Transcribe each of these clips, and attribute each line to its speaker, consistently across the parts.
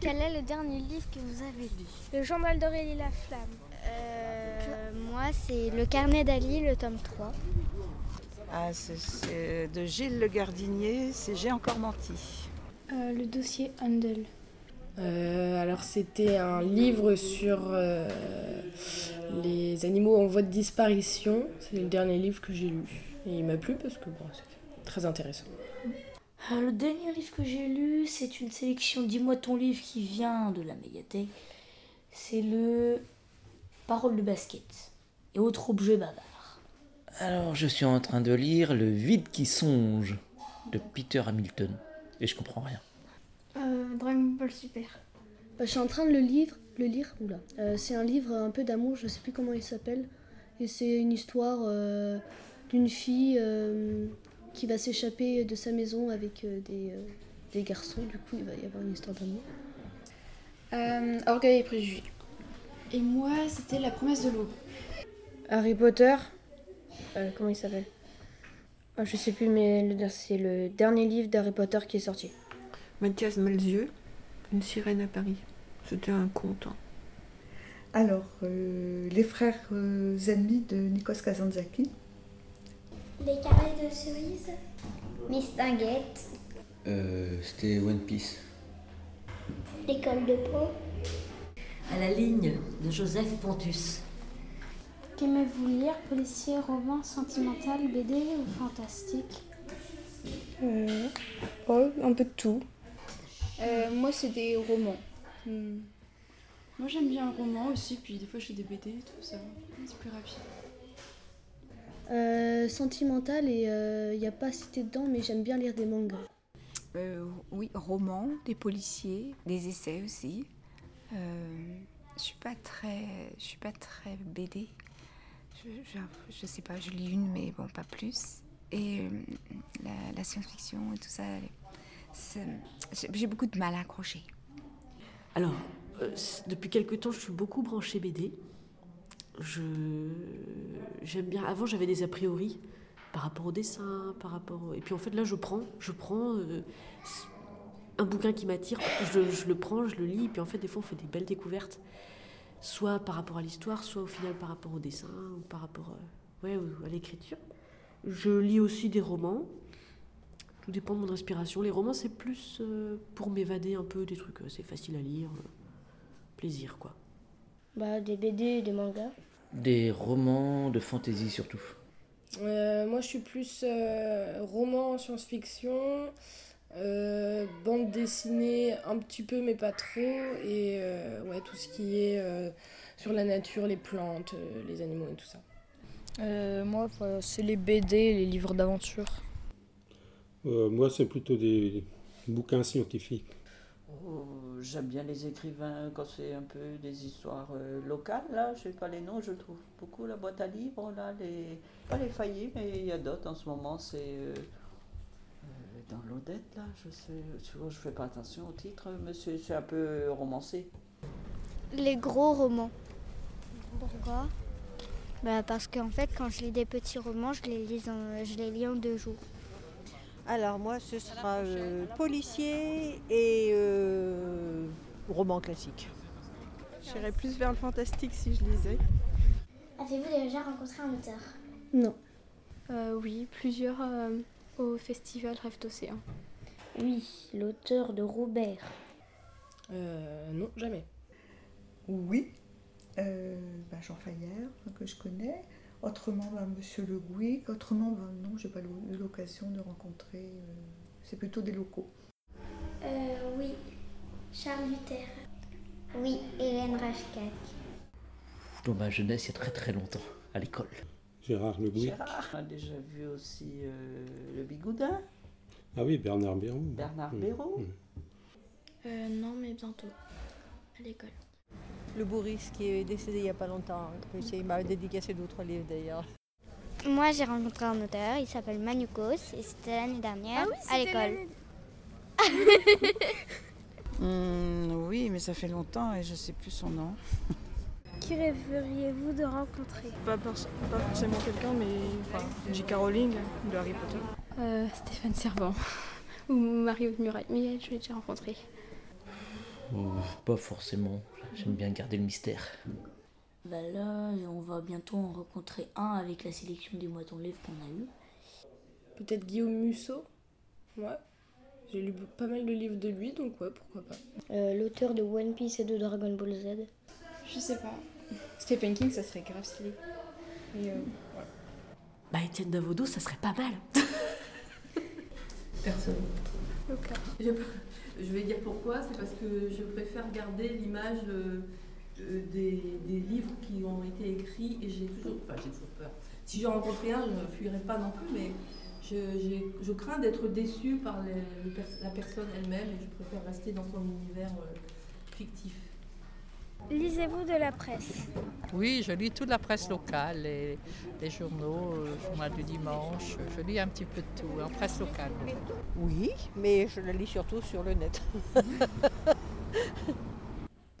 Speaker 1: Quel est le dernier livre que vous avez lu
Speaker 2: Le journal d'Aurélie Laflamme.
Speaker 1: Euh, Moi, c'est Le carnet d'Ali, le tome 3.
Speaker 3: Ah, c'est- c'est de Gilles Le Gardinier, c'est J'ai encore menti.
Speaker 2: le dossier Handel.
Speaker 4: Euh, alors c'était un livre sur euh, les animaux en voie de disparition. C'est le dernier livre que j'ai lu. Et il m'a plu parce que bon, c'est très intéressant.
Speaker 5: Euh, le dernier livre que j'ai lu, c'est une sélection Dis-moi ton livre qui vient de la médiathèque. C'est le Parole de basket et autres objets bavards.
Speaker 6: Alors, je suis en train de lire Le vide qui songe de Peter Hamilton. Et je comprends rien.
Speaker 1: Euh,
Speaker 2: Dragon Ball Super.
Speaker 7: Bah, je suis en train de le lire. Le lire oula. Euh, c'est un livre un peu d'amour, je sais plus comment il s'appelle. Et c'est une histoire euh, d'une fille euh, qui va s'échapper de sa maison avec euh, des, euh, des garçons. Du coup, il va y avoir une histoire d'amour.
Speaker 8: Euh, Orgueil et préjugés.
Speaker 2: Et moi, c'était La promesse de l'aube.
Speaker 8: Harry Potter. euh, comment il s'appelle Ah, Je sais plus, mais le- c'est le dernier livre d'Harry Potter qui est sorti.
Speaker 9: Mathias Malzieux, Une sirène à Paris. C'était un conte. hein.
Speaker 10: Alors, euh, les frères euh, ennemis de Nikos Kazantzakis.
Speaker 1: Les carnets de cerises Mistinguette,
Speaker 6: Euh, C'était One Piece.
Speaker 1: l'école de peau.
Speaker 11: À la ligne de Joseph Pontus.
Speaker 2: Qu'aimez-vous lire Policier, roman, sentimental, BD ou fantastique
Speaker 8: un peu de tout.
Speaker 2: Moi, c'est des romans.
Speaker 7: Moi, j'aime bien le roman aussi, puis des fois, je fais des BD et tout ça. C'est plus rapide.
Speaker 8: sentimental et il n'y a pas cité dedans, mais j'aime bien lire des mangas.
Speaker 12: Euh, oui, romans, des policiers, des essais aussi. Euh, je suis pas très, je suis pas très BD. Je, je- je sais pas, je lis une, mais bon, pas plus. Et euh, la, la science-fiction et tout ça, c'est- j'ai- j'ai beaucoup de mal à accrocher.
Speaker 11: Alors, euh, c- depuis quelque temps, je suis beaucoup branchée BD. Je j'aime bien. Avant, j'avais des a priori par rapport au dessin, par rapport. au- Et puis en fait, là, je prends, je prends euh, c- un bouquin qui m'attire, je, je le prends, je le lis. Et puis en fait, des fois, on fait des belles découvertes, soit par rapport à l'histoire, soit au final par rapport au dessin, ou par rapport euh, ouais, ou à l'écriture. Je lis aussi des romans. Tout dépend de mon inspiration. Les romans, c'est plus euh, pour m'évader un peu des trucs. euh, C'est facile à lire. euh, plaisir, quoi.
Speaker 8: Bah, des BD et des mangas.
Speaker 6: Des romans de fantaisie surtout.
Speaker 4: Euh, moi je suis plus euh, roman, science-fiction, euh, bande dessinée un petit peu mais pas trop, et euh, ouais, tout ce qui est euh, sur la nature, les plantes, euh, les animaux et tout ça.
Speaker 8: moi, c'est les BD, les livres d'aventure.
Speaker 13: Euh, moi, c'est plutôt des bouquins scientifiques.
Speaker 3: Oh, J'aime bien les écrivains quand c'est un peu des histoires euh, locales. Là, je sais pas les noms, je trouve beaucoup la boîte à livres, là, les... pas les faillis, mais il y a d'autres en ce moment. C'est euh, euh, dans l'Odette, là, je sais, tu vois, je fais pas attention au titre, mais c'est c'est un peu romancé.
Speaker 1: Les gros romans. Pourquoi bah Parce qu'en fait, quand je lis des petits romans, je les lis en, je les lis en deux jours.
Speaker 14: Alors moi, ce sera euh, policier et euh, roman classique.
Speaker 15: J'irais plus vers le fantastique si je lisais.
Speaker 1: Avez-vous déjà rencontré un auteur
Speaker 15: Non.
Speaker 2: oui, plusieurs euh, au festival Rêve d'Océan.
Speaker 5: Oui, l'auteur de Robert.
Speaker 4: Euh, non, jamais.
Speaker 10: Oui, euh, ben, Jean Fayère, que je connais. Autrement, ben, Monsieur Le Gouic. Autrement, ben, non, j'ai pas eu l'occasion de rencontrer. euh, c'est plutôt des locaux.
Speaker 1: Euh, oui, Charles Luther. Oui, Hélène Rashkak.
Speaker 6: Dans ma jeunesse, il y a très très longtemps, à l'école.
Speaker 13: Gérard Le Gouic.
Speaker 3: Gérard a déjà vu aussi euh, le Bigoudin,
Speaker 13: Ah oui, Bernard Béraud.
Speaker 3: Bernard
Speaker 13: Mm.
Speaker 3: Béraud.
Speaker 2: non, mais bientôt. À l'école.
Speaker 14: Le Bourris qui est décédé il n'y a pas longtemps. Il m'a dédicacé deux ou trois livres d'ailleurs.
Speaker 1: Moi, j'ai rencontré un auteur, il s'appelle Manukos, et c'était l'année dernière à l'école.
Speaker 3: Hum, oui, mais ça fait longtemps et je sais plus son nom.
Speaker 2: Qui rêveriez-vous de rencontrer
Speaker 15: Pas, forc- pas forcément quelqu'un, mais enfin, J.K. Rowling de Harry Potter.
Speaker 2: Euh, Stéphane Servant ou Marie-Haute Muraille. Mais elle, je l'ai déjà rencontrée.
Speaker 6: Ouh, Pas forcément. J'aime bien garder le mystère.
Speaker 5: Bah là, on va bientôt en rencontrer un avec la sélection des moitons livres qu'on a eu.
Speaker 16: Peut-être Guillaume Musso Ouais. J'ai lu pas mal de livres de lui, donc ouais, pourquoi pas.
Speaker 17: Euh, L'auteur de One Piece et de Dragon Ball Z.
Speaker 7: Je sais pas. Stephen King, ça serait grave stylé. Mais, euh, voilà.
Speaker 11: Bah, Étienne Davodo, ça serait pas mal.
Speaker 18: Personne. Je, je vais dire pourquoi, c'est parce que je préfère garder l'image euh, euh, des, des livres qui ont été écrits et j'ai toujours, enfin j'ai toujours peur. Si j'en rencontrais un, je ne fuirais pas non plus, mais je, j'ai- je crains d'être déçue par les- le pers- la personne elle-même et je préfère rester dans son univers euh, fictif.
Speaker 1: Lisez-vous de la presse
Speaker 19: Oui, je lis toute la presse locale, les, les journaux, euh, le journal du dimanche, je lis un petit peu de tout, en presse locale.
Speaker 14: Oui, mais je la lis surtout sur le net.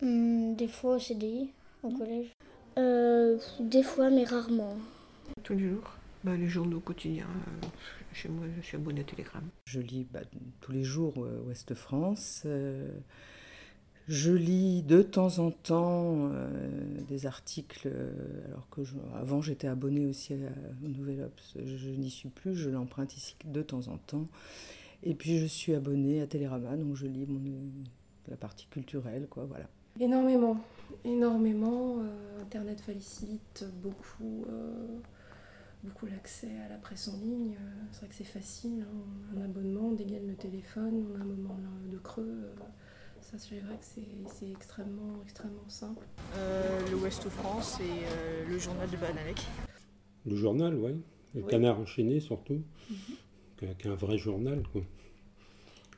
Speaker 1: Hmm, Des fois au CDI, au collège. Euh, des fois, mais rarement.
Speaker 12: Tous les jours Bah, Les journaux quotidiens. euh, chez moi, je suis abonné à Telegram.
Speaker 4: Je lis bah, tous les jours euh, Ouest France. euh, je lis de temps en temps euh, des articles, euh, alors que je- avant j'étais abonnée aussi à- au Nouvel Obs. Je, je n'y suis plus, je l'emprunte ici de temps en temps. Et puis je suis abonnée à Télérama, donc je lis mon, la partie culturelle, quoi, voilà.
Speaker 20: Énormément, énormément. euh, Internet facilite beaucoup, euh, beaucoup l'accès à la presse en ligne. euh, c'est vrai que c'est facile. hein, on a Un abonnement, on dégaine le téléphone, on a un moment euh, de creux. euh, ça, c'est vrai que c'est- c'est extrêmement, extrêmement simple.
Speaker 21: Euh, le Ouest France et euh, le journal de Banalec.
Speaker 22: Le journal, ouais. Le
Speaker 21: Oui.
Speaker 22: canard enchaîné, surtout.
Speaker 11: Mhm.
Speaker 22: Qu'un- Qu'un vrai journal, quoi.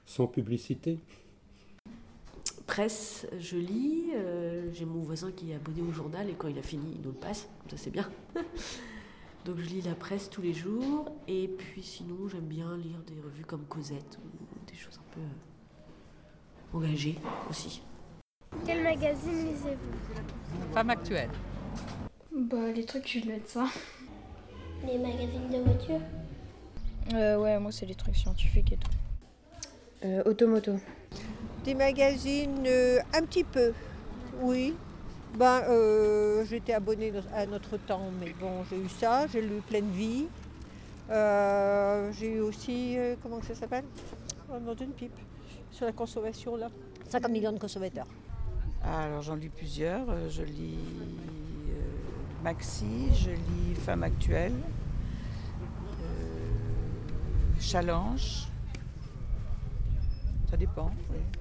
Speaker 22: Sans publicité.
Speaker 11: Presse, je lis. euh, J'ai mon voisin qui est abonné au journal et quand il a fini, il nous le passe. Ça, c'est bien. Donc, je lis la presse tous les jours. Et puis, sinon, j'aime bien lire des revues comme Cosette ou des choses un peu euh, engagées aussi.
Speaker 1: Quel magazine lisez-vous
Speaker 19: Femme actuelle.
Speaker 7: Bah, les trucs, je vais mettre ça.
Speaker 1: Les magazines de voitures
Speaker 7: Euh, ouais, moi, c'est les trucs scientifiques et tout.
Speaker 23: automoto.
Speaker 14: Des magazines, euh, un petit peu, oui. Ben, euh, j'étais abonnée dans- à notre temps, mais bon, j'ai eu ça, j'ai lu Pleine Vie. Euh, j'ai eu aussi, euh, comment ça s'appelle Un nom d'une pipe, sur la consommation, là. 50 millions de consommateurs.
Speaker 24: Alors j'en lis plusieurs. Euh, Je lis euh, Maxi, je lis Femme actuelle, euh, Challenge. Ça dépend. oui.